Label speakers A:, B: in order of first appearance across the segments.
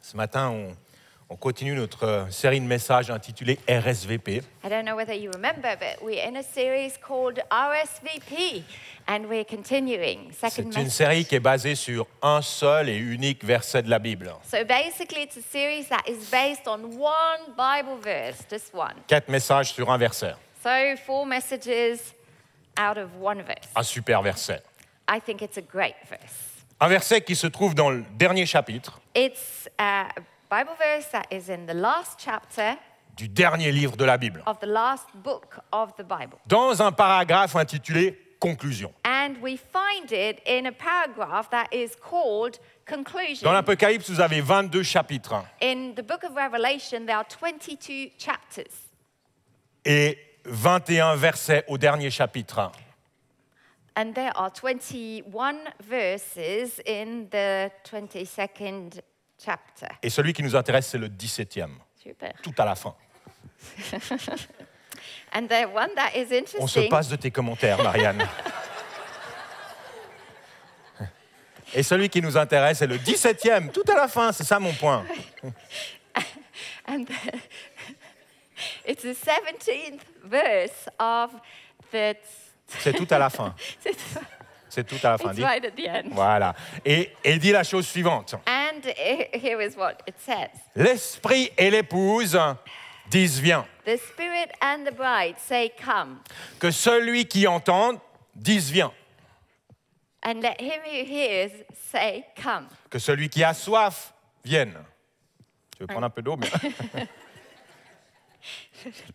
A: Ce matin, on, on continue notre euh, série de messages intitulée RSVP.
B: I don't know whether you remember, but we're in a series called RSVP, and we're continuing. Second
A: C'est une
B: message.
A: série qui est basée sur un seul et unique verset de la Bible.
B: So basically, it's a series that is based on one Bible verse, just one.
A: Quatre messages sur un verset.
B: So four messages out of one verse.
A: Un super verset.
B: I think it's a great verse.
A: Un verset qui se trouve dans le dernier chapitre
B: It's uh, a Bible verse that is in the last chapter
A: du dernier livre de la Bible,
B: of the last book of the Bible.
A: dans un paragraphe intitulé Conclusion.
B: And we find it in a paragraph that is called Conclusion.
A: Dans l'Apocalypse, vous avez 22 chapitres.
B: In the book of Revelation, there are 22 chapters,
A: et 21 versets au dernier chapitre.
B: and there are 21 verses in the 22nd chapter.
A: Et celui qui nous intéresse, c'est le 17e,
B: Super.
A: tout à la fin.
B: And the one that
A: On
B: is
A: se
B: interesting,
A: passe de tes commentaires, Marianne. Et celui qui nous intéresse, c'est le 17e, tout à la fin, c'est ça mon point.
B: and the- it's the 17th verse of the.
A: C'est tout à la fin.
B: It's,
A: C'est tout à la fin.
B: it's
A: Dis-
B: right at the end.
A: Voilà. Et, et dit la chose suivante.
B: And i- here is what it says
A: L'esprit et l'épouse disent viens.
B: The Spirit and the bride say, Come,
A: Que celui qui entend dise viens.
B: and let him who hears say, Come.
A: que celui qui a soif vienne. Tu veux prendre un peu d'eau mais...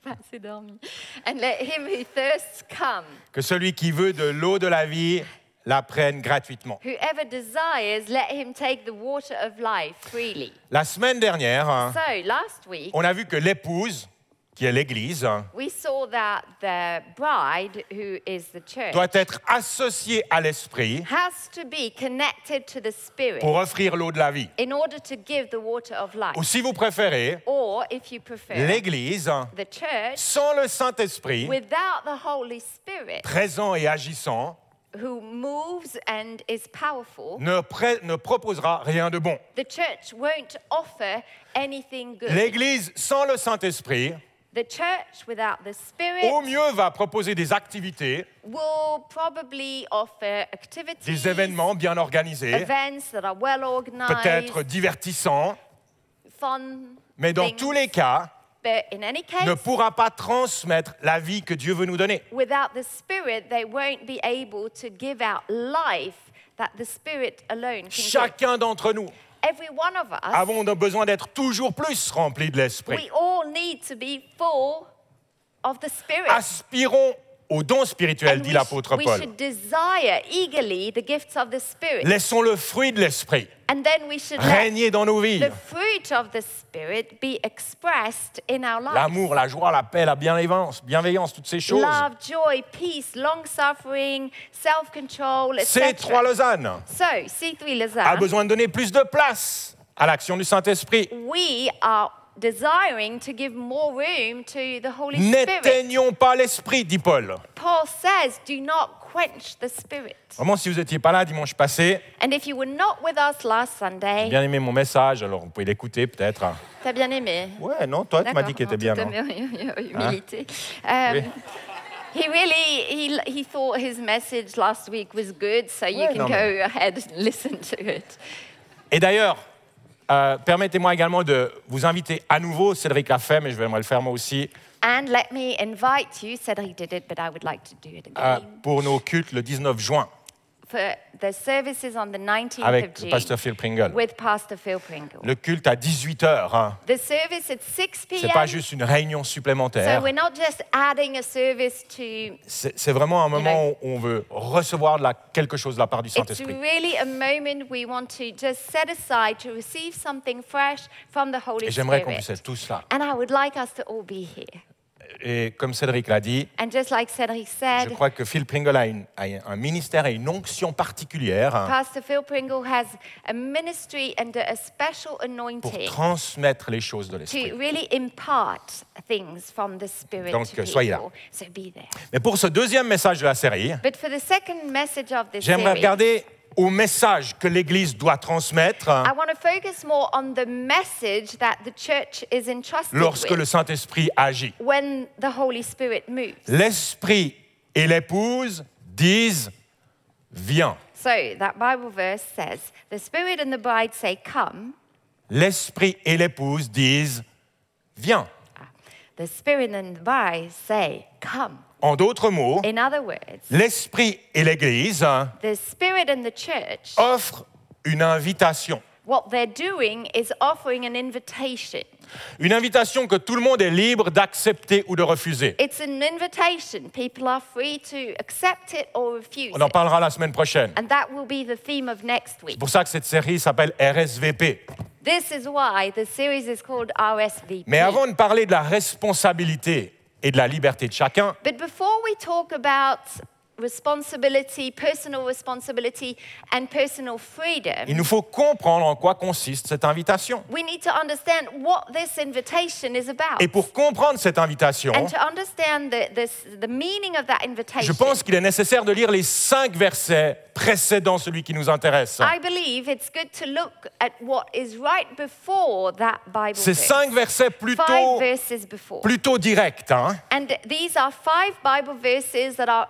B: Pas assez dormi. And let him who thirsts come.
A: Que celui qui veut de l'eau de la vie la prenne gratuitement.
B: Whoever desires, let him take the water of life freely.
A: La semaine dernière, hein,
B: So last week,
A: on a vu que l'épouse, qui est l'Église, hein,
B: we saw that the bride, who is the church,
A: doit être associée à l'esprit
B: has to be connected to the Spirit
A: pour offrir l'eau de la vie.
B: in order to give the water of
A: Ou
B: life.
A: si vous préférez,
B: Or, if you prefer,
A: l'Église, hein,
B: the church,
A: sans le Saint-Esprit,
B: without the Holy Spirit,
A: présent et agissant,
B: who moves and is powerful,
A: ne, pré- ne proposera rien de bon.
B: the church won't offer anything good.
A: L'Église, sans le Saint-Esprit,
B: The church without the Spirit
A: au mieux va proposer des activités
B: will probably offer activities,
A: des événements bien organisés,
B: events that are well organized,
A: peut-être divertissants,
B: fun.
A: mais dans
B: things.
A: tous les cas,
B: But in any
A: ne
B: case,
A: pourra pas transmettre la vie que Dieu veut nous donner.
B: without the Spirit, they won't be able to give out life that the Spirit alone can give.
A: Chacun d'entre nous
B: Every one of us,
A: avons besoin d'être toujours plus remplis de l'Esprit.
B: we all need to be full of the Spirit.
A: Ah, Aspirons aux dons spirituels,
B: And
A: dit
B: we,
A: l'apôtre
B: sh- we
A: Paul.
B: should desire eagerly the gifts of the Spirit.
A: Laissons le fruit de l'Esprit
B: and then we should let
A: régner dans nos vies.
B: the fruit of the Spirit be expressed in our lives.
A: L'amour, la joie, la paix, la bienveillance, bienveillance, toutes ces choses.
B: Love, joy, peace, long suffering, self control,
A: Ces Ah, trois
B: etc.
A: Lausanne
B: So, C3
A: a
B: Lausanne,
A: besoin de donner plus de place à l'action du Saint-Esprit.
B: we are desiring to give more room to the Holy Spirit.
A: N'éteignons pas l'Esprit, dit Paul.
B: Paul says, do not quench the Spirit.
A: Vraiment, si vous n'étiez pas là dimanche passé,
B: And if you were not with us last Sunday,
A: bien aimé mon message, alors vous pouvez l'écouter peut-être.
B: t'as bien aimé.
A: Ouais, non, toi, tu m'as dit qu'il était bien.
B: D'accord,
A: non
B: en toute hum- humilité. Um,
A: Oui.
B: He really, he, he thought his message last week was good, so you
A: Ouais,
B: can
A: non,
B: go
A: mais-
B: ahead and listen to it.
A: Et d'ailleurs, euh, permettez-moi également de vous inviter à nouveau, Cédric l'a fait, mais je vais le faire moi aussi, euh,
B: And let me invite you, Cedric did it, but I would like to do it
A: euh,
B: again,
A: pour nos cultes le 19 juin
B: for the services on the 19th of
A: avec le
B: June
A: pasteur Phil Pringle.
B: with Pastor Phil Pringle.
A: Le culte à 18h, hein.
B: The service at 6
A: c'est pas
B: p.m.,
A: juste une réunion
B: so
A: supplémentaire,
B: we're not just adding a service to...
A: c'est c'est vraiment un moment où on veut recevoir de la- quelque chose de la part du
B: It's
A: Saint-Esprit.
B: really a moment we want to just set aside to receive something fresh from the Holy
A: Et j'aimerais qu'on puisse
B: Spirit.
A: être tous là.
B: And I would like us to all be here.
A: Et comme Cédric l'a dit,
B: And just like Cedric
A: je
B: said,
A: crois que Phil Pringle a, une- a un ministère et une onction particulière hein,
B: Pastor Phil Pringle has a ministry and a special
A: pour
B: anointing
A: transmettre les choses de l'Esprit.
B: to really impart things from the Spirit
A: Donc, euh,
B: to
A: soyez là.
B: people. So be there.
A: Mais pour ce deuxième message de la série,
B: But for the second message of this
A: j'aimerais
B: series,
A: regarder au message que l'Église doit transmettre
B: I want to focus more on the message that the church is entrusted
A: lorsque
B: with
A: le Saint-Esprit agit.
B: when the Holy Spirit moves.
A: L'Esprit et l'épouse disent Viens.
B: So that Bible verse says, The Spirit and the bride say, Come.
A: L'Esprit et l'épouse disent Viens.
B: The Spirit and the bride say, Come.
A: En d'autres mots,
B: In other words,
A: l'Esprit et l'Église hein,
B: the Spirit and the church,
A: offrent une invitation.
B: what they're doing is offering an invitation.
A: Une invitation que tout le monde est libre d'accepter ou de refuser.
B: It's an invitation. People are free to accept it or refuse
A: On en
B: it.
A: parlera la semaine prochaine.
B: And that will be the theme of next week.
A: C'est pour ça que cette série s'appelle RSVP.
B: This is why the series is called RSVP.
A: Mais avant de parler de la responsabilité et de la liberté de chacun,
B: But before we talk about responsibility, personal responsibility, and personal freedom,
A: il nous faut comprendre en quoi consiste cette invitation.
B: we need to understand what this invitation is about.
A: Et pour comprendre cette invitation,
B: and to understand the, this, the meaning of that
A: je
B: invitation,
A: pense qu'il est nécessaire de lire les cinq versets précédant celui qui nous intéresse.
B: I believe it's good to look at what is right before that Bible
A: Ces
B: verse.
A: cinq versets
B: five
A: plutôt,
B: verses before.
A: plutôt directs hein,
B: And these are five Bible verses that are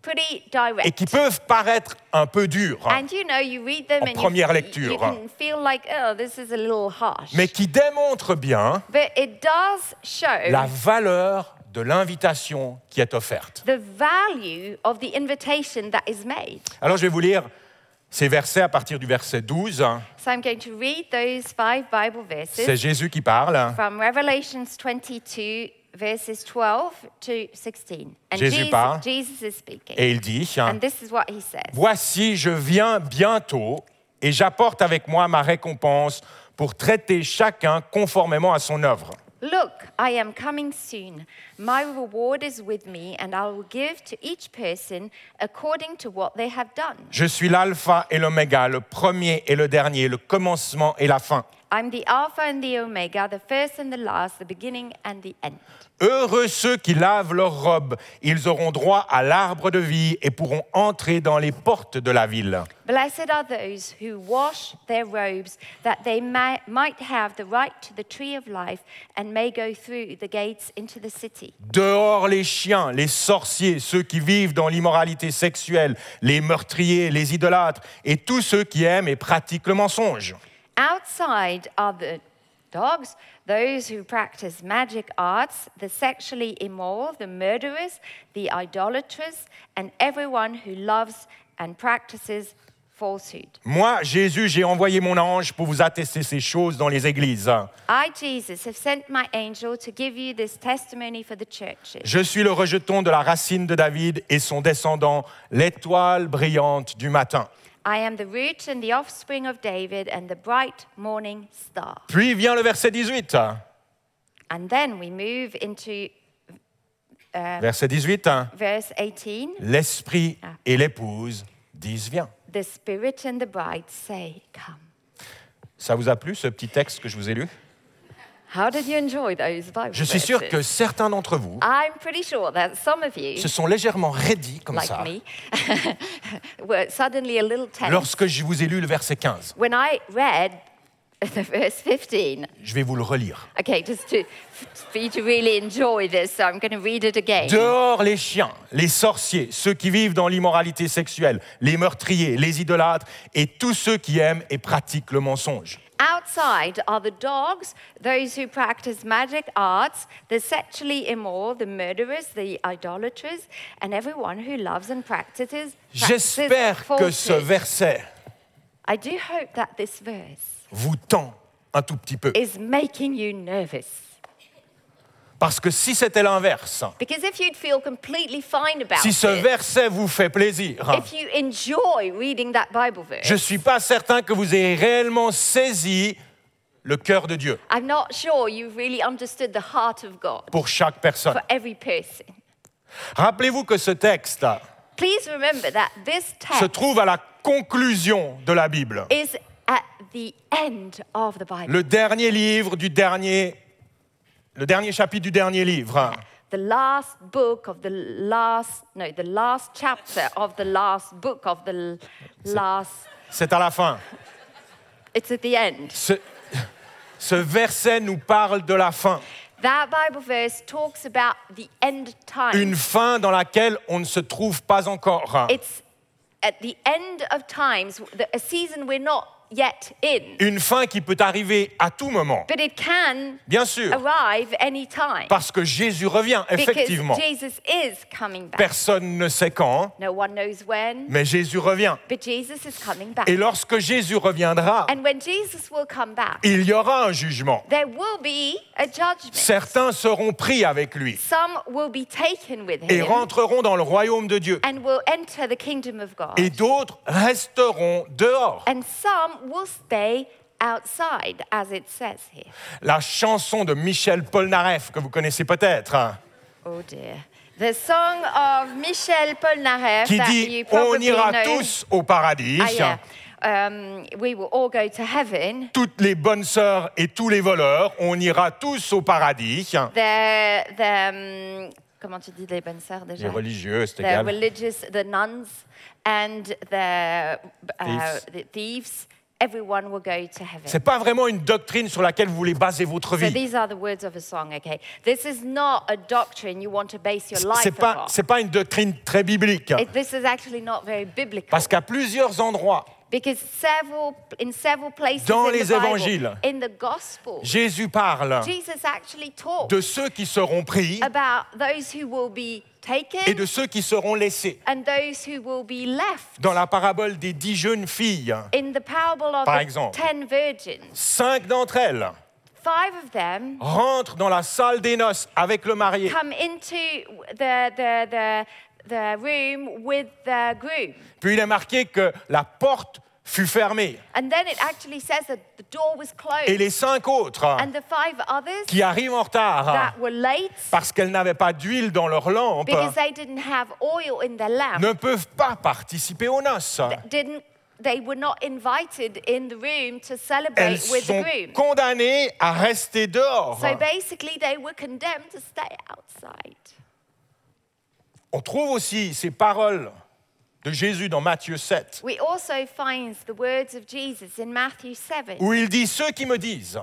B: pretty direct.
A: et qui peuvent paraître un peu durs, hein,
B: And you know, you read them
A: En
B: and
A: première
B: you,
A: lecture.
B: you can feel like, oh, this is a little harsh.
A: mais qui démontrent bien
B: but it does show
A: la valeur de l'invitation qui est offerte.
B: the value of the invitation that is made.
A: Alors je vais vous lire ces versets à partir du verset 12. hein.
B: So I'm going to read those five Bible verses
A: C'est Jésus qui parle.
B: from Revelations 22, verses 12 to 16. And
A: Jésus parle.
B: Jesus, Jesus is speaking.
A: Et il dit,
B: and this is what he says.
A: Voici, je viens bientôt et j'apporte avec moi ma récompense pour traiter chacun conformément à son œuvre.
B: Look, I am coming soon. My reward is with me, and I will give to each person according to what they have done.
A: Je suis l'alpha et l'oméga, le premier et le dernier, le commencement et la fin.
B: I'm the Alpha and the Omega, the first and the last, the beginning and the end.
A: Heureux ceux qui lavent leurs robes, ils auront droit à l'arbre de vie et pourront entrer dans les portes de la ville.
B: Blessed are those who wash their robes, that they may, might have the right to the tree of life and may go through the gates into the city.
A: Dehors les chiens, les sorciers, ceux qui vivent dans l'immoralité sexuelle, les meurtriers, les idolâtres et tous ceux qui aiment et pratiquent le mensonge.
B: Outside are the dogs, those who practice magic arts, the sexually immoral, the murderers, the idolaters, and everyone who loves and practices falsehood.
A: Moi, Jésus, j'ai envoyé mon ange pour vous attester ces choses dans les églises.
B: I, Jesus, have sent my angel to give you this testimony for the churches.
A: Je suis le rejeton de la racine de David et son descendant, l'étoile brillante du matin.
B: I am the root and the offspring of David and the bright morning star.
A: Puis vient le verset 18.
B: Euh. And then we move into
A: Verset 18. hein.
B: verse 18.
A: L'esprit
B: Ah.
A: et l'épouse disent viens.
B: The Spirit and the bride say, Come.
A: Ça vous a plu ce petit texte que je vous ai lu
B: How did you enjoy those Bible
A: Je suis sûr
B: verses?
A: que certains d'entre vous
B: I'm pretty sure that some of you,
A: se sont légèrement raidis comme
B: like
A: ça
B: me, were suddenly a little tense.
A: lorsque je vous ai lu le verset 15.
B: When I read the verse 15,
A: Je vais vous le relire.
B: okay, just to, for you to really enjoy this, so I'm going to read it again.
A: Dehors les chiens, les sorciers, ceux qui vivent dans l'immoralité sexuelle, les meurtriers, les idolâtres et tous ceux qui aiment et pratiquent le mensonge.
B: Bah, Outside are the dogs, those who practice magic arts, the sexually immoral, the murderers, the idolaters, and everyone who loves and practices. practices
A: J'espère que ce
B: falsehood.
A: verset
B: I do hope that this verse
A: vous tend un tout petit peu.
B: is making you nervous.
A: Parce que si c'était l'inverse,
B: Because if you'd feel completely fine about
A: si ce
B: it,
A: verset vous fait plaisir,
B: if you enjoy reading that Bible verse,
A: je ne suis pas certain que vous ayez réellement saisi le cœur de Dieu
B: I'm not sure you've really understood the heart of God
A: pour chaque personne.
B: for every person.
A: Rappelez-vous que ce texte
B: Please remember that this
A: se
B: text
A: trouve à la conclusion de la Bible,
B: is at the end of the Bible.
A: le dernier livre hein. du dernier, le dernier chapitre du dernier livre.
B: the last book of the last, no, the last chapter of the last book of the l- last,
A: C'est à la fin.
B: it's at the end.
A: Ce, ce verset nous parle de la fin.
B: That Bible verse talks about the end time.
A: Une fin dans laquelle on ne se trouve pas encore. hein.
B: It's at the end of times, the, a season we're not yet in,
A: Une fin qui peut arriver à tout moment.
B: but it can
A: Bien sûr.
B: arrive any time
A: Parce que Jésus revient,
B: Ah because
A: effectivement.
B: Jesus is coming back.
A: Personne ne sait quand, hein,
B: No one knows when,
A: mais Jésus revient.
B: but Jesus is coming back.
A: Et lorsque Jésus reviendra,
B: And when Jesus will come back,
A: il y aura un jugement.
B: there will be a judgment.
A: Certains seront pris avec lui
B: Some will be taken with
A: et
B: him
A: rentreront dans le royaume de Dieu.
B: and will enter the kingdom of God.
A: Et d'autres resteront dehors.
B: And some will stay outside, as it says here.
A: La chanson de Michel Polnareff, que vous connaissez peut-être, hein,
B: Oh dear. The song of Michel Polnareff
A: qui
B: that
A: dit
B: you
A: « On
B: probably
A: ira
B: know.
A: tous au paradis
B: Ah, yeah. Um, we will all go to heaven. ».
A: Toutes les bonnes sœurs et tous les voleurs, on ira tous au paradis.
B: The, the, um, comment tu dis les bonnes sœurs déjà
A: Les religieux, c'est
B: the
A: égal.
B: religious, the nuns, and the, uh,
A: Thieves.
B: the thieves, everyone will go to heaven.
A: C'est pas vraiment une doctrine sur laquelle vous voulez baser votre
B: So
A: vie.
B: these are the words of a song, okay? This is not a doctrine you want to base your life
A: C'est pas,
B: upon.
A: c'est pas une doctrine très biblique.
B: It- this is actually not very biblical
A: Parce qu'à plusieurs endroits,
B: because several in several places
A: Dans
B: in
A: les
B: the Bible,
A: évangiles.
B: in the gospel,
A: Jésus Ah parle
B: Jesus actually talked
A: de ceux qui seront pris
B: about those who will be taken
A: et de ceux qui seront laissés.
B: and those who will be left.
A: Dans la parabole des dix jeunes filles,
B: In the parable of
A: Par
B: the
A: exemple.
B: ten virgins,
A: cinq d'entre elles
B: five of them
A: rentrent dans la salle des noces avec le marié,
B: come into the, the, the, the room with the groom.
A: puis il est marqué que la porte fut fermée.
B: And then it actually says that the door was closed.
A: Et les cinq autres hein,
B: and the five others
A: qui arrivent en retard hein,
B: that were late
A: parce qu'elles n'avaient pas d'huile dans leur lampe
B: because they didn't have oil in their lamp,
A: ne peuvent pas participer aux noces.
B: didn't, they were not invited in the room to
A: Elles
B: celebrate with the
A: sont
B: groom.
A: condamnées à rester dehors.
B: So basically, they were condemned to stay outside.
A: On trouve aussi ces paroles de Jésus dans Matthieu 7,
B: We also find the words of Jesus in Matthew 7.
A: où il dit Ceux qui me disent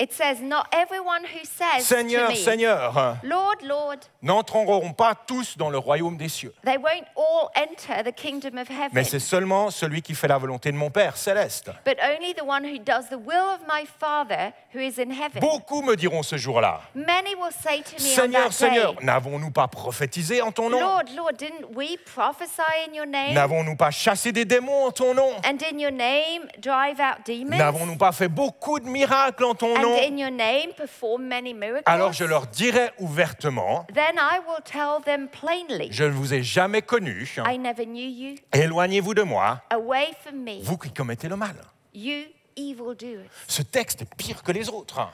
B: It says, Not everyone who says to
A: Seigneur,
B: me,
A: Seigneur,
B: Lord, Lord,
A: n'entreront pas tous dans le royaume des cieux,
B: they won't all enter the kingdom of
A: mais
B: heaven,
A: c'est seulement celui qui fait la volonté de mon Père céleste.
B: but only the one who does the will of my Father who is in heaven.
A: Beaucoup me diront ce jour-là
B: Many will say to me on
A: Seigneur,
B: that
A: Seigneur,
B: day,
A: n'avons-nous pas prophétisé en ton nom
B: Lord, Lord, didn't we prophesy in your name?
A: N'avons-nous pas chassé des démons en ton nom
B: And in your name drive out demons?
A: N'avons-nous pas fait beaucoup de miracles en ton nom
B: and in your name perform many miracles?
A: Alors je leur dirai ouvertement
B: Then I will tell them plainly,
A: Je ne vous ai jamais connus,
B: I never knew you.
A: éloignez-vous de moi,
B: Away from me,
A: vous qui commettez le mal.
B: you evildoers.
A: Ce texte est pire que les autres. hein,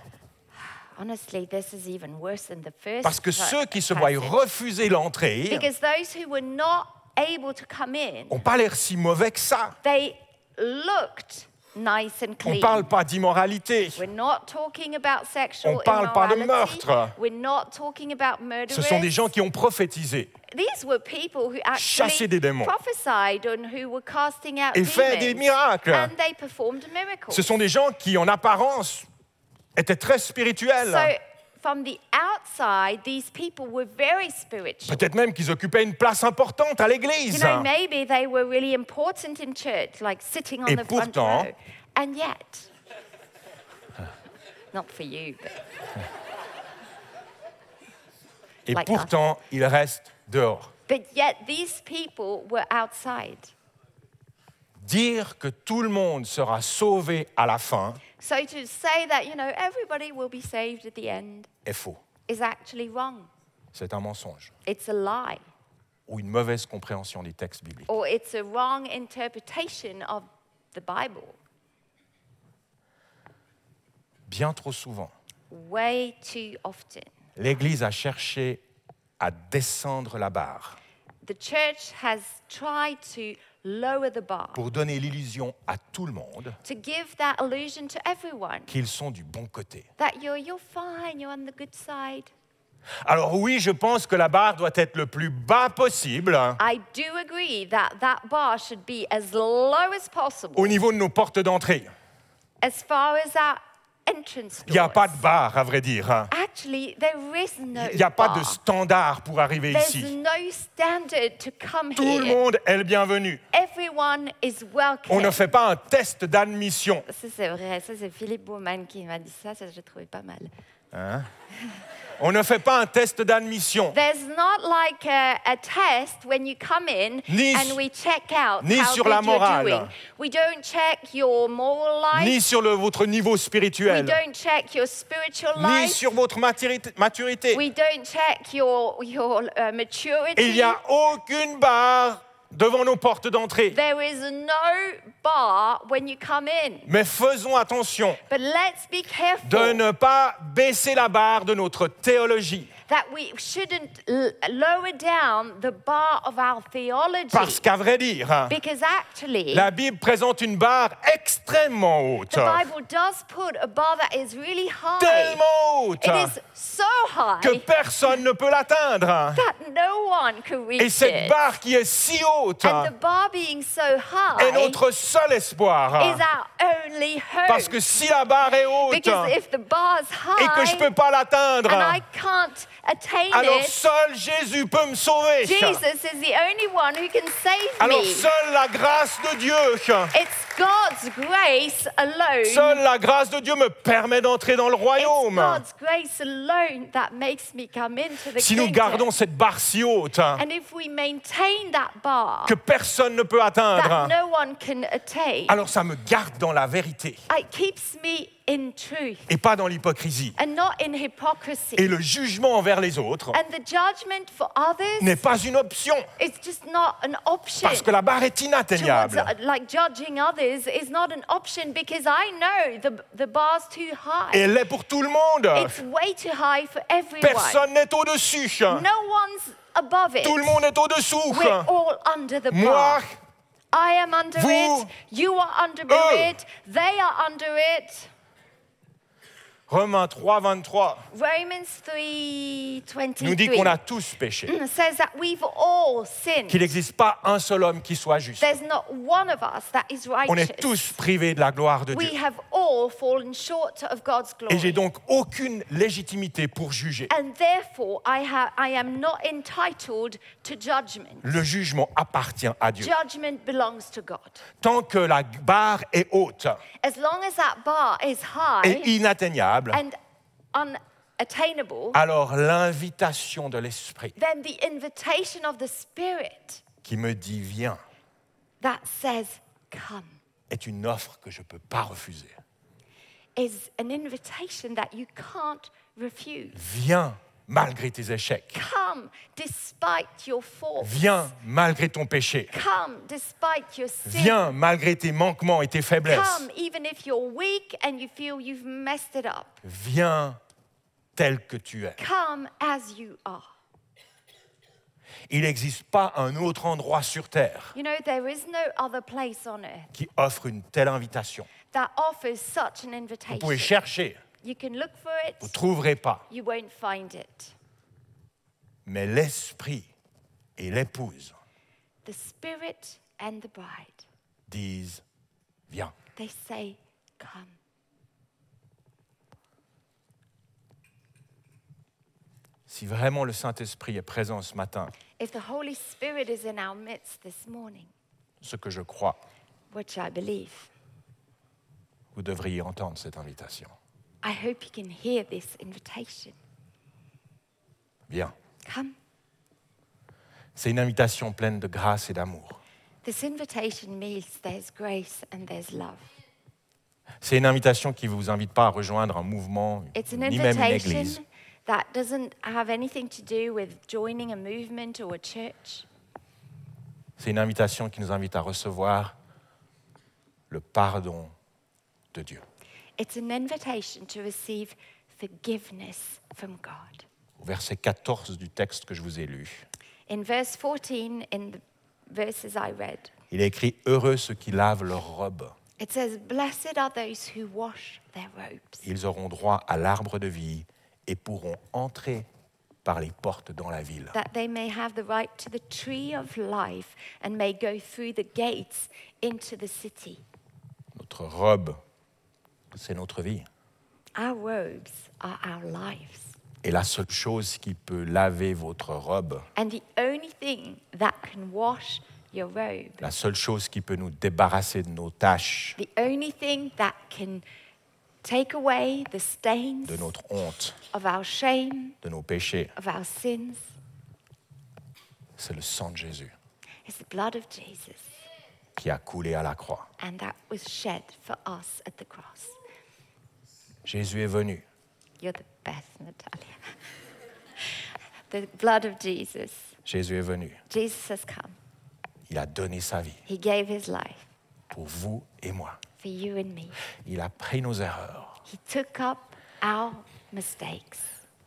B: Honestly, this is even worse than the first
A: Parce que
B: pa-
A: ceux qui se voient
B: passage.
A: refuser l'entrée
B: Because those who were not able to come in,
A: n'ont pas l'air si mauvais que ça.
B: they looked nice and
A: On ne
B: clean.
A: parle pas d'immoralité.
B: We're not talking about sexual
A: On parle pas de
B: immorality.
A: meurtre.
B: We're not talking about murderers.
A: Ce sont des gens qui ont prophétisé
B: These were people who
A: Chassé
B: actually
A: des démons.
B: prophesied and who were casting out
A: et
B: demons.
A: fait des miracles.
B: And they performed miracles.
A: Ce sont des gens qui, en apparence, étaient très
B: so
A: spirituels.
B: from the outside, these people were very spiritual.
A: Peut-être même qu'ils occupaient une place importante à
B: You
A: l'église.
B: know, maybe they were really important in church, like sitting on
A: Et
B: the front
A: pourtant-
B: row. And yet, not for you, but
A: Et
B: like
A: pourtant, ils restent dehors.
B: but yet these people were outside.
A: Dire que tout le monde sera sauvé à la fin
B: So to say that, you know, everybody will be saved at the end
A: est faux.
B: is actually wrong.
A: C'est un mensonge
B: It's a lie,
A: ou une mauvaise compréhension des textes bibliques.
B: or it's a wrong interpretation of the Bible.
A: Bien trop souvent,
B: Way too often.
A: l'Église a cherché à descendre la barre
B: The church has tried to lower the bar,
A: pour donner l'illusion à tout le monde
B: to give that illusion to everyone
A: qu'ils sont du bon côté.
B: that you're, you're fine, you're on the good side.
A: Alors oui, je pense que la barre doit être le plus bas possible hein,
B: I do agree that that bar should be as low as possible
A: au niveau de nos portes d'entrée.
B: as far as our entrance
A: Il n'y a
B: doors.
A: pas de barre, à vrai dire. hein.
B: Actually, there is no
A: Il n'y a pas de
B: bar.
A: standard pour arriver
B: There's
A: ici.
B: no standard to come
A: Tout le
B: here.
A: monde est le bienvenu.
B: Everyone is welcome.
A: On ne fait pas un test d'admission.
B: Ça, c'est vrai. Ça, c'est Philippe Baumann qui m'a dit ça. Ça, je le trouvais pas mal.
A: On ne fait pas un test d'admission.
B: There's not like a, a test when you come in
A: Ni
B: and
A: su-
B: we check out
A: ni
B: how
A: sur
B: good
A: la morale.
B: you're doing. We don't check your moral life.
A: Ni sur le- votre niveau
B: we
A: spirituel.
B: don't check your spiritual
A: Ni
B: life.
A: sur votre matiri- maturité.
B: We don't check your, your uh, maturity.
A: Il n'y a aucune barre devant nos portes d'entrée.
B: There is no bar when you come in.
A: Mais faisons attention
B: But let's be careful
A: de ne pas baisser la barre de notre théologie.
B: that we shouldn't l- lower down the bar of our theology.
A: Parce qu'à vrai dire, hein,
B: because actually,
A: la Bible présente une barre extrêmement haute.
B: the Bible does put a bar that is really high.
A: Tellement haute
B: It is so high
A: que personne ne peut l'atteindre. hein.
B: that no one can reach
A: Et cette
B: it.
A: barre qui est si haute hein,
B: and the bar being so high
A: est notre seul espoir. hein.
B: is our only hope.
A: Parce que si la barre est haute hein,
B: because
A: et
B: if the bar's high
A: que je ne peux pas
B: and I
A: l'atteindre, hein,
B: can't attain
A: alors
B: it,
A: seul Jésus peut me sauver.
B: Jesus is the only one who can save
A: Alors
B: me.
A: seule la grâce de Dieu,
B: it's God's grace alone.
A: seule la grâce de Dieu me permet d'entrer dans le
B: it's
A: royaume.
B: God's grace alone that makes me come into the
A: Si nous
B: kingdom.
A: gardons cette barre si haute hein,
B: and if we maintain that bar
A: que personne ne peut
B: that
A: atteindre, hein,
B: no one can attain,
A: alors ça me garde dans la vérité
B: it keeps me in truth
A: et pas dans l'hypocrisie.
B: and not in hypocrisy.
A: Et le jugement envers les autres
B: and the judgment for others
A: n'est pas une option
B: is just not an option.
A: parce que la barre est
B: towards,
A: inatteignable.
B: uh, like judging others is not an option because I know the, the bar's too high.
A: Et elle est pour tout le monde.
B: It's way too high for everyone.
A: Personne n'est au-dessus.
B: No one's above it.
A: Tout le monde est au-dessous.
B: We're all under the
A: Moi,
B: bar. I am under
A: vous, Oh.
B: it. You are under
A: eux.
B: it. They are under it.
A: Romains 3, 23
B: Romans three twenty
A: nous dit qu'on a tous péché,
B: says that we've all sinned.
A: qu'il n'existe pas un seul homme qui soit juste.
B: There's not one of us that is
A: On
B: righteous.
A: est tous privés de la gloire de
B: We
A: Dieu.
B: have all fallen short of God's glory.
A: Et j'ai donc aucune légitimité pour juger.
B: and therefore I, ha- I am not entitled to judgment.
A: Le jugement appartient à Dieu.
B: Judgment belongs to God.
A: Tant que la barre est haute
B: As long as that bar is high
A: et inatteignable,
B: and unattainable,
A: alors l'invitation de l'Esprit
B: then the invitation of the Spirit
A: qui me dit viens
B: that says, Come,
A: est une offre que je ne peux pas refuser.
B: is an invitation that you can't refuse.
A: Viens malgré tes échecs.
B: Come despite your faults.
A: Viens malgré ton péché.
B: Come despite your sin.
A: Viens malgré tes manquements et tes faiblesses.
B: Come even if you're weak and you feel you've messed it up.
A: Viens tel que tu es.
B: Come as you are.
A: Il n'existe pas un autre endroit sur Terre
B: You know, there is no other place on earth
A: qui offre une telle invitation.
B: that offers such an
A: Vous pouvez
B: invitation.
A: chercher,
B: You can look for
A: vous ne
B: it,
A: trouverez pas.
B: you won't find it.
A: Mais l'esprit et l'épouse
B: The Spirit and the bride,
A: disent Viens.
B: they say, Come.
A: Si vraiment le Saint-Esprit est présent ce matin,
B: If the Holy Spirit is in our midst this morning,
A: ce que je crois,
B: which I believe,
A: vous devriez entendre cette invitation.
B: I hope you can hear this invitation.
A: Viens.
B: Come.
A: C'est une invitation pleine de grâce et d'amour.
B: This invitation means there's grace and there's love.
A: C'est une invitation qui ne vous invite pas à rejoindre un mouvement,
B: It's an
A: ni même une église.
B: invitation that doesn't have anything to do with joining a movement or a church.
A: C'est une invitation qui nous invite à recevoir le pardon de Dieu.
B: It's an invitation to receive forgiveness from God.
A: Au verset 14 du texte que je vous ai lu,
B: In verse 14, in the verses I read,
A: il est écrit Heureux ceux qui lavent leurs robes.
B: it says, Blessed are those who wash their robes,
A: Ils auront droit à l'arbre de vie et pourront entrer par les portes dans la ville.
B: that they may have the right to the tree of life and may go through the gates into the city.
A: Notre robe, c'est notre vie.
B: Our robes are our lives.
A: Et la seule chose qui peut laver votre robe,
B: And the only thing that can wash your robe,
A: la seule chose qui peut nous débarrasser de nos tâches,
B: the only thing that can take away the stains
A: de notre honte,
B: of our shame,
A: de nos péchés,
B: of our sins,
A: c'est le sang de Jésus
B: is the blood of Jesus.
A: qui a coulé à la croix.
B: And that was shed for us at the cross.
A: Jésus est venu
B: You're the best, Natalia. the blood of Jesus.
A: Jésus est venu.
B: Jesus has come.
A: Il a donné sa vie
B: He gave his life
A: pour vous et moi.
B: for you and me.
A: Il a pris nos erreurs.
B: He took up our mistakes.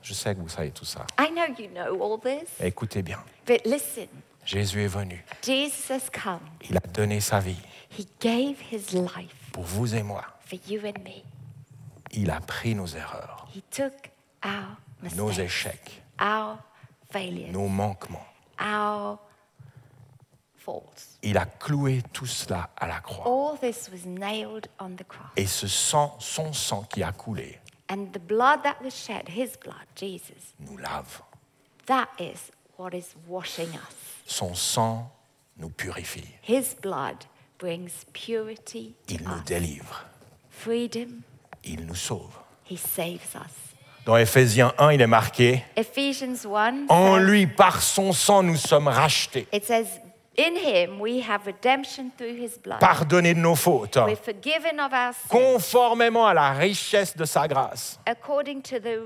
A: Je sais que vous savez tout ça.
B: I know you know all this,
A: Écoutez bien.
B: but listen
A: Jésus est venu.
B: Jesus has come.
A: Il a donné sa vie
B: He gave his life
A: pour vous et moi.
B: for you and me.
A: Il a pris nos erreurs,
B: He took our
A: nos
B: mistakes,
A: échecs,
B: our failures,
A: nos manquements.
B: our faults.
A: Il a cloué tout cela à la croix.
B: All this was nailed on the cross.
A: Et ce sang, son sang qui a coulé,
B: And the blood that was shed, his blood, Jesus,
A: nous lave.
B: that is what is washing us.
A: Son sang nous purifie.
B: His blood brings purity
A: Il
B: to
A: nous
B: us.
A: délivre.
B: freedom,
A: Il nous sauve.
B: he saves us.
A: Dans Éphésiens 1, il est marqué
B: Ephesians 1
A: En
B: says-
A: lui, par son sang, nous sommes rachetés,
B: it says, In him we have redemption through his blood.
A: pardonnés de nos fautes,
B: We're forgiven of our sins
A: conformément à la richesse de sa grâce.
B: according to the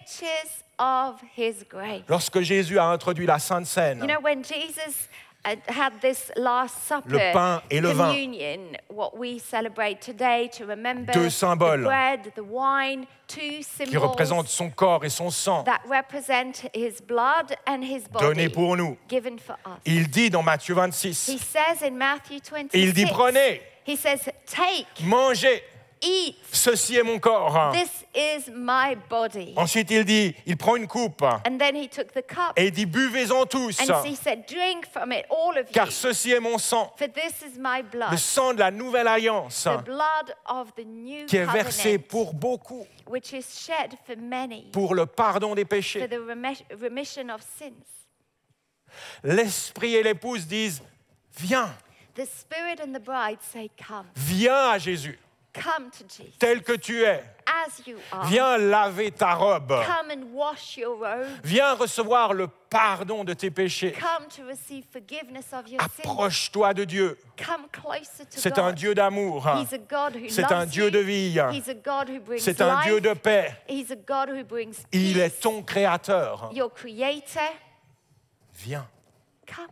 B: riches of his grace.
A: Lorsque Jésus a introduit la Sainte
B: You
A: Seine,
B: know, when Jesus uh, had this Last Supper,
A: Le pain et le vin.
B: communion, what we celebrate today to remember
A: Deux symboles.
B: the bread, the wine, two symbols
A: qui représente son corps et son sang,
B: that represent his blood and his body
A: donné pour nous,
B: given for us.
A: il dit dans Matthieu
B: He
A: 26
B: says in Matthew 26,
A: Il dit, "Prenez."
B: He says, take,
A: Mangez,
B: eat,
A: ceci est mon corps.
B: this is my body.
A: Ensuite, il dit Il prend une coupe
B: And then he took the cup
A: et il dit Buvez-en tous,
B: and he said, drink from it, all of
A: car
B: you,
A: ceci est mon sang,
B: for this is my
A: le
B: blood,
A: sang de la nouvelle alliance,
B: Ah. the blood of the new
A: qui est versé
B: covenant,
A: pour beaucoup,
B: which is shed for many,
A: pour le pardon des
B: for
A: péchés.
B: the remes- remission of sins.
A: L'esprit et l'épouse disent Viens,
B: The Spirit and the bride say, come,
A: viens à Jésus,
B: come to Jesus,
A: tel que tu es.
B: as you are.
A: Viens laver ta robe.
B: Come and wash your robe.
A: Viens recevoir le pardon de tes péchés.
B: Come to receive forgiveness of your sins.
A: Approche-toi de Dieu.
B: Come closer to
A: C'est un
B: God.
A: Dieu d'amour.
B: He's a God who
A: C'est
B: loves
A: un Dieu
B: you.
A: de vie.
B: He's a God who brings
A: C'est un
B: life.
A: Dieu de paix.
B: He's a God who brings
A: Il est
B: peace.
A: ton créateur.
B: Your creator.
A: Viens.
B: Come.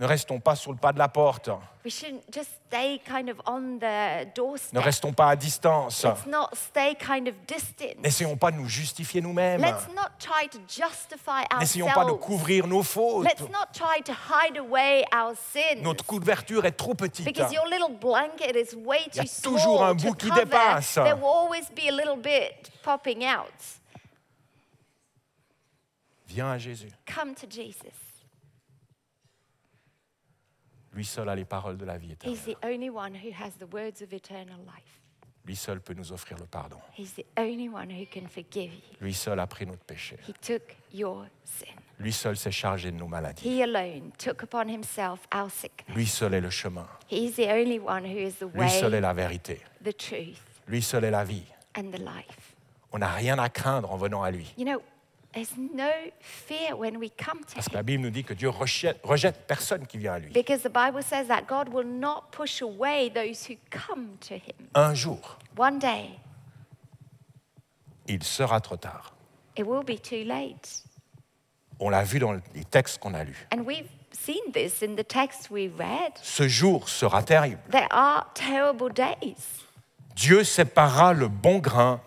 A: Ne restons pas sur le pas de la porte.
B: We shouldn't just stay kind of on the
A: Ne
B: doorstep.
A: restons pas à distance.
B: Let's not stay kind of distant.
A: N'essayons pas de nous justifier nous-mêmes.
B: Let's not try to justify
A: N'essayons pas de
B: ourselves.
A: couvrir nos fautes.
B: Let's not try to hide away our sins.
A: Notre couverture est trop petite.
B: Because your little blanket is way
A: y a
B: too
A: toujours
B: small
A: un
B: to
A: bout qui
B: cover.
A: dépasse.
B: There will always be a little bit popping out.
A: Viens à Jésus.
B: Come to Jesus.
A: Lui seul a les paroles de la vie éternelle.
B: He's the only one who has the words of eternal life.
A: Lui seul peut nous offrir le pardon.
B: He's the only one who can forgive you.
A: Lui seul a pris notre péché.
B: He took your sin.
A: Lui seul s'est chargé de nos maladies.
B: He alone took upon himself our sickness.
A: Lui seul est le chemin.
B: He's the only one who is the
A: Lui seul est
B: way,
A: la vérité.
B: the truth,
A: Lui seul est la vie.
B: and the life.
A: On n'a rien à craindre en venant à lui.
B: You know, there's no fear when we come to
A: Parce que
B: him.
A: la Bible nous dit que Dieu rejette, rejette personne qui vient à lui.
B: Because the Bible says that God will not push away those who come to him.
A: Un jour,
B: One day,
A: il sera trop tard.
B: it will be too late.
A: On l'a vu dans les textes qu'on a lus.
B: And we've seen this in the text we read.
A: Ce jour sera terrible.
B: There are terrible days.
A: Dieu séparera le bon grain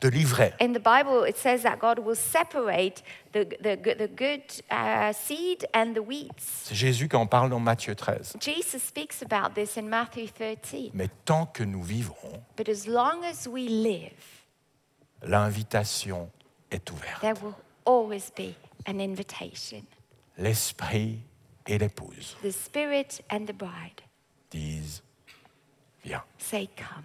A: de l'ivraie.
B: In the Bible, it says that God will separate the, the, g- the good uh, seed and the weeds.
A: C'est Jésus qui en parle dans Matthieu 13.
B: Jesus speaks about this in Matthew 13.
A: Mais tant que nous vivrons,
B: But as long as we live,
A: l'invitation est ouverte.
B: there will always be an invitation.
A: L'esprit et l'épouse
B: The Spirit and the bride
A: disent Viens.
B: say, Come.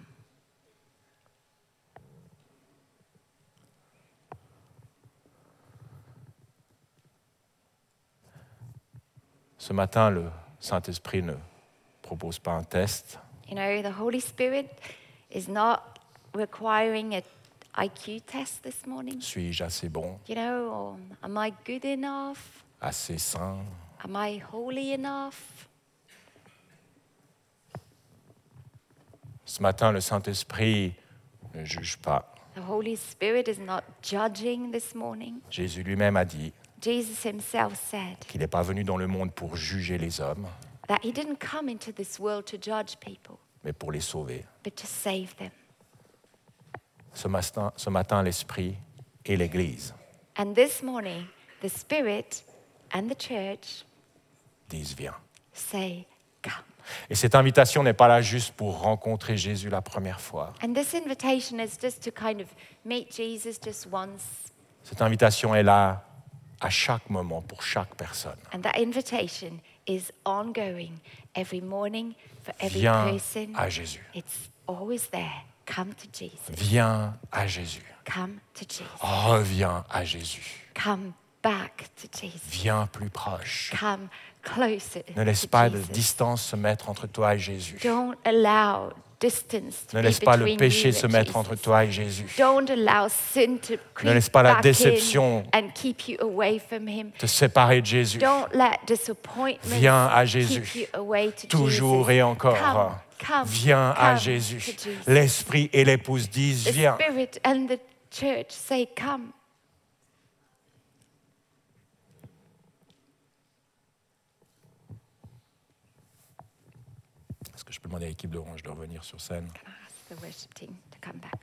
A: Ce matin, le Saint-Esprit ne propose pas un test,
B: You know, the Holy Spirit is not requiring a IQ test this morning.
A: suis-je assez bon,
B: You know, or am I good enough?
A: assez saint
B: Am I holy enough?
A: Ce matin, le Saint-Esprit ne juge pas.
B: The Holy Spirit is not judging this morning.
A: Jésus lui-même a dit
B: Jesus himself said
A: qu'il n'est pas venu dans le monde pour juger les hommes,
B: that he didn't come into this world to judge people,
A: mais pour les sauver.
B: but to save them.
A: Ce matin, ce matin l'Esprit et l'Église
B: And this morning, the Spirit and the church
A: disent Viens.
B: say, Come.
A: Et cette invitation n'est pas là juste pour rencontrer Jésus la première fois.
B: And this invitation is just to kind of meet Jesus just once.
A: Cette invitation est là à chaque moment pour chaque personne.
B: And that invitation is ongoing every morning for every
A: Viens
B: person.
A: à Jésus.
B: It's always there. Come to Jesus.
A: Viens à Jésus.
B: Come to Jesus.
A: Reviens à Jésus.
B: Come back to Jesus.
A: Viens plus proche.
B: Come closer.
A: Ne laisse
B: to
A: pas de
B: Jesus.
A: distance se mettre entre toi et Jésus.
B: Don't allow distance to
A: Ne
B: be
A: laisse pas le
B: between
A: péché
B: you
A: se
B: and
A: mettre entre
B: Jesus.
A: toi et Jésus.
B: Don't allow sin to creep
A: laisse pas la
B: back in
A: déception
B: and keep you away from him.
A: Te séparer de Jésus.
B: Don't let disappointment
A: Viens à Jésus.
B: keep you away to
A: Toujours
B: Jesus.
A: et
B: Come,
A: encore.
B: come,
A: Viens à
B: come
A: Jésus.
B: to Jesus.
A: L'Esprit et l'épouse disent
B: The
A: Viens.
B: Spirit and the church say, Come.
A: Est-ce que je peux demander à l'équipe d'Orange de revenir sur scène
B: Can I ask the worship team to come back?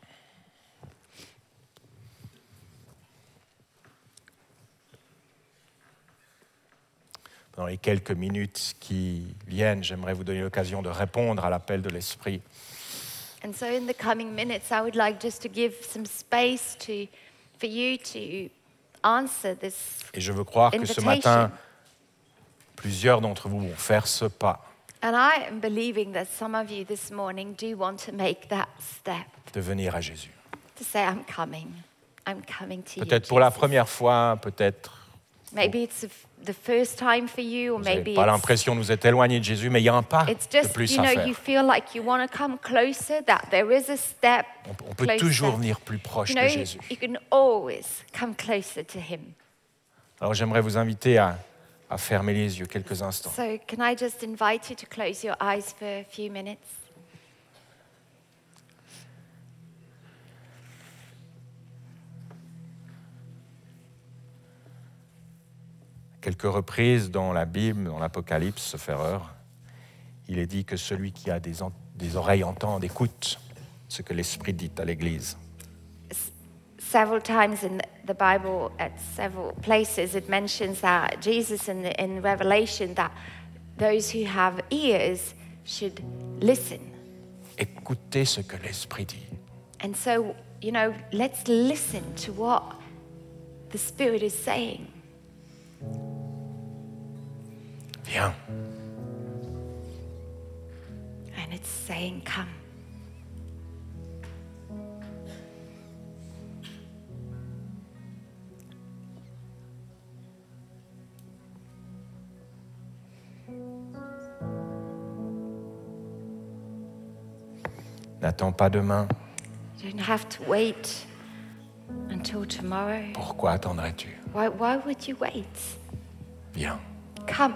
A: Dans les quelques minutes qui viennent, j'aimerais vous donner l'occasion de répondre à l'appel de l'Esprit.
B: And so, in the coming minutes, I would like just to give some space to, for you to answer this.
A: Et je veux croire que ce
B: Invitation.
A: matin, plusieurs d'entre vous vont faire ce pas
B: And I am believing that some of you this morning do want to make that step
A: de venir à Jésus.
B: to say, I'm coming. I'm coming to you.
A: Peut-être pour la
B: Jesus."
A: première fois, peut-être
B: Maybe it's the f- the first time for you, or
A: vous n'avez
B: maybe
A: pas
B: it's,
A: l'impression de vous être éloigné de Jésus, mais il y a un pas
B: it's
A: de
B: just,
A: plus
B: you
A: à
B: know,
A: faire.
B: you feel like you want to come closer, that there is a step.
A: On, on peut
B: closer.
A: toujours venir plus proche
B: You know,
A: de
B: you,
A: Jésus.
B: you can always come closer to Him.
A: Alors j'aimerais vous inviter à, à fermer les yeux quelques instants.
B: So, can I just invite you to close your eyes for a few minutes?
A: Quelques reprises dans la Bible, dans l'Apocalypse, ce ferreur, il est dit que celui qui a des, en- des oreilles entende, écoute ce que l'Esprit dit à l'Église.
B: Several times in the Bible, at several places, it mentions that Jesus in, the, in Revelation that those who have ears should listen.
A: Écoutez ce que l'Esprit dit.
B: And so, you know, let's listen to what the Spirit is saying.
A: Viens,
B: And it's saying, Come.
A: n'attends pas demain.
B: You don't have to wait until tomorrow.
A: Pourquoi attendrais-tu
B: Why, why would you wait?
A: Viens.
B: Come.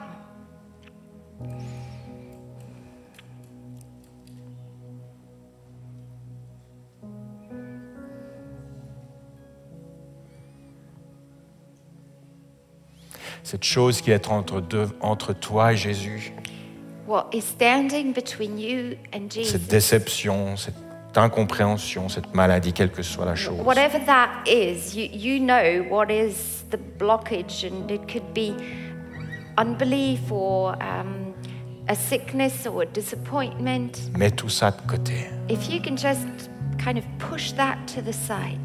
A: Cette chose qui est entre, deux- entre toi et Jésus,
B: What is standing between you and Jesus?
A: cette déception, cette incompréhension, cette maladie, quelle que soit la chose.
B: Whatever that is, you, you know what is the blockage, and it could be unbelief or um, a sickness or a disappointment.
A: Mets tout ça de côté.
B: If you can just kind of push that to the side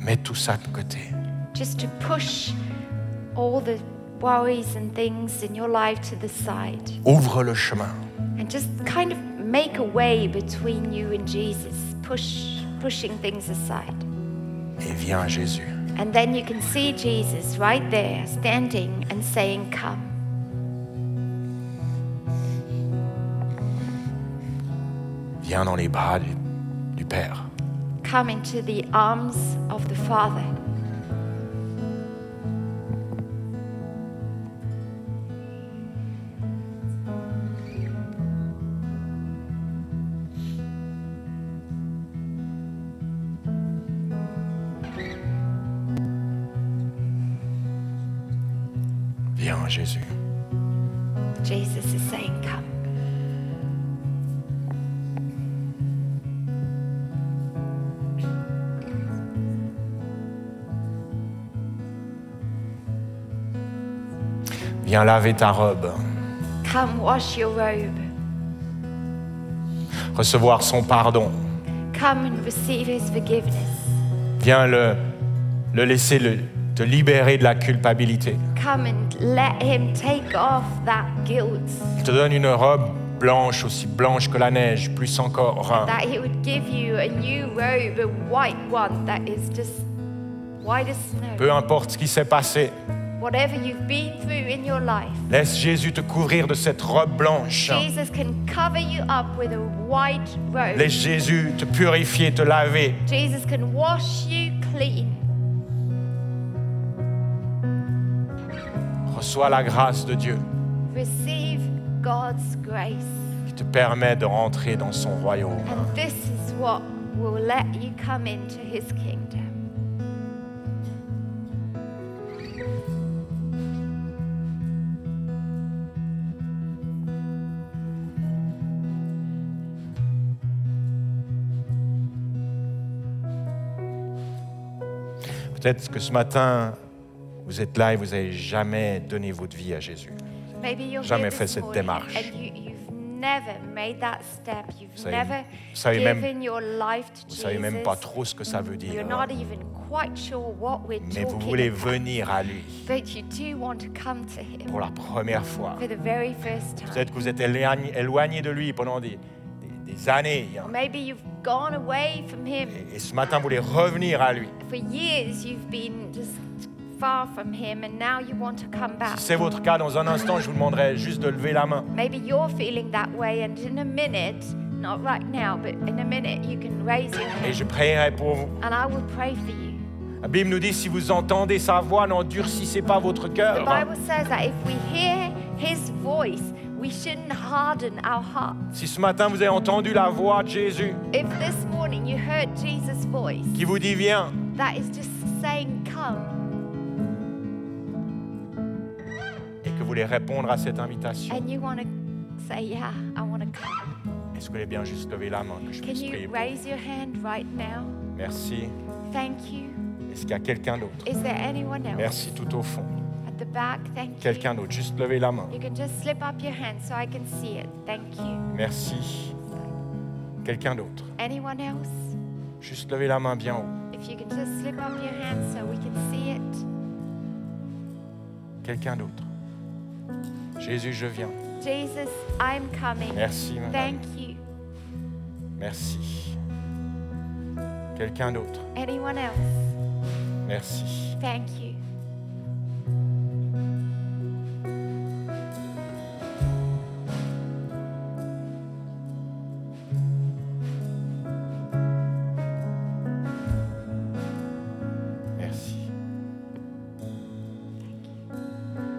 A: Mets tout ça de côté.
B: just to push all the worries and things in your life to the side
A: Ouvre le chemin.
B: and just kind of make a way between you and Jesus, push pushing things aside.
A: Et viens à Jésus.
B: And then you can see Jesus right there standing and saying, "Come."
A: Viens dans les bras du, du Père.
B: Come into the arms of the Father.
A: Viens à Jésus.
B: Jesus is saying, "Come."
A: Viens laver ta robe.
B: Come wash your robe.
A: Recevoir son pardon.
B: Come and receive his forgiveness.
A: Viens le, le laisser le- te libérer de la culpabilité.
B: Come and let him take off that guilt
A: Je te donne une robe blanche, aussi blanche que la neige, plus encore.
B: that he would give you a new robe, a white one that is just white as snow.
A: Peu importe ce qui s'est passé,
B: Whatever you've been through in your life,
A: laisse Jésus te couvrir de cette robe blanche.
B: Jesus can cover you up with a white robe.
A: Laisse Jésus te purifier, te laver.
B: Jesus can wash you clean.
A: Reçois la grâce de Dieu
B: Receive God's grace.
A: qui te permet de rentrer dans son royaume.
B: And this is what will let you come into his kingdom.
A: Peut-être que ce matin, vous êtes là et vous n'avez jamais donné votre vie à Jésus.
B: Maybe you're here
A: Jamais
B: this
A: fait cette
B: morning
A: démarche.
B: and you, you've never made that step. You've
A: savez-
B: never
A: vous savez même-
B: given your life to
A: Vous ne
B: Jesus.
A: savez même pas trop ce que ça veut dire.
B: You're
A: hein.
B: not even quite sure what we're
A: Mais vous
B: talking
A: voulez
B: about,
A: venir à lui
B: but you do want to come to Him
A: pour la première fois.
B: for the very first time.
A: Peut-être que vous êtes éloigné, éloigné de lui pendant des, des- des années. hein.
B: Or maybe you've gone away from Him.
A: Et- Et ce matin, vous voulez revenir à lui.
B: For years, you've been just far from Him, and now you want to come back.
A: Si c'est votre cas, dans un instant, je vous demanderai juste de lever la main.
B: Maybe you're feeling that way, and in a minute, not right now, but in a minute, you can raise your
A: Et
B: hand,
A: je prierai pour vous.
B: and I will pray for you.
A: La Bible nous dit, si vous entendez sa voix, n'endurcissez pas votre
B: The
A: cœur.
B: Bible says that if we hear His voice, we shouldn't harden our hearts.
A: Si ce matin, vous avez entendu la voix de Jésus
B: If this morning you heard Jesus' voice,
A: qui vous dit, viens,
B: that is just saying come
A: et que vous voulez répondre à cette invitation,
B: and you want to say yeah i want to come
A: est-ce que vous voulez bien juste lever la main que je
B: can
A: puisse prier
B: you
A: pour vous?
B: raise your hand right now
A: Merci.
B: thank you
A: Est-ce qu'il y a quelqu'un d'autre
B: is there anyone else
A: Merci tout au fond.
B: at the back thank
A: Quelqu'un d'autre, juste lever la main.
B: you you can just slip up your hand so i can see it thank you
A: Merci. Quelqu'un d'autre,
B: anyone else
A: juste lever la main bien haut.
B: if you can just slip up your hand so we can see it
A: Quelqu'un d'autre. Jésus, je viens.
B: jesus i'm coming
A: Merci, madame.
B: thank you
A: Merci. Quelqu'un d'autre.
B: anyone else
A: Merci.
B: thank you
A: Merci.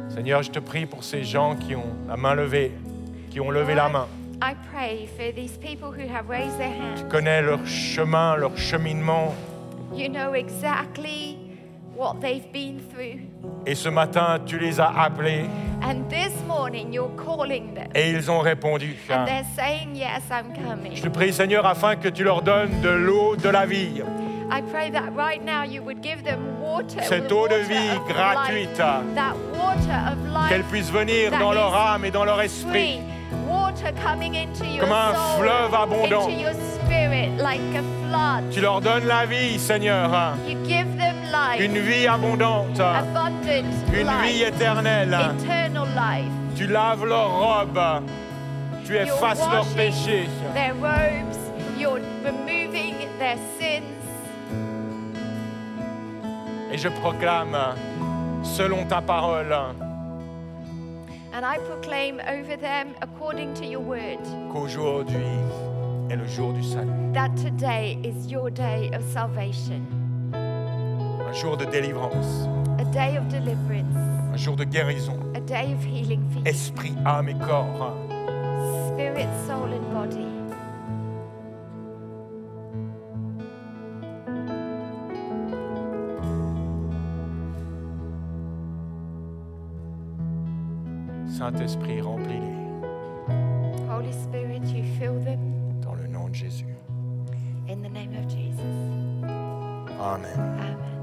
A: Seigneur, je te prie pour ces gens qui ont la main levée, qui ont levé la main.
B: i pray for these people who have raised their hand
A: Tu connais leur chemin, leur cheminement.
B: You know exactly what they've been through.
A: Et ce matin, tu les as appelés
B: And this morning, you're calling them.
A: et ils ont répondu.
B: And they're saying, Yes, I'm
A: Je
B: coming.
A: te prie, Seigneur, afin que tu leur donnes de l'eau de la vie,
B: I pray that right now you would give them water.
A: Cette
B: the
A: eau de
B: water
A: vie
B: of life,
A: gratuite.
B: That water of life.
A: qu'elle puisse venir dans leur âme et dans leur esprit.
B: Free. Water coming into your
A: Comme un
B: soul,
A: fleuve abondant.
B: Into your spirit like a flood.
A: Tu leur donnes la vie, Seigneur.
B: You give life,
A: une vie abondante,
B: abundant
A: une vie
B: life,
A: éternelle.
B: eternal life.
A: Tu laves leurs robes, tu
B: You're
A: effaces leurs
B: washing
A: péchés,
B: Their robes, you're removing their sins.
A: et je proclame, selon ta parole,
B: And I proclaim over them, according to your word,
A: qu'aujourd'hui est le jour du salut,
B: that today is your day of salvation,
A: un jour de délivrance,
B: a day of deliverance,
A: un jour de guérison,
B: a day of healing for you,
A: esprit, âme et corps.
B: spirit, soul, and body.
A: Saint-Esprit, remplis-les
B: Holy Spirit, you fill them
A: dans le nom de Jésus.
B: in the name of Jesus.
A: Amen.
B: Amen.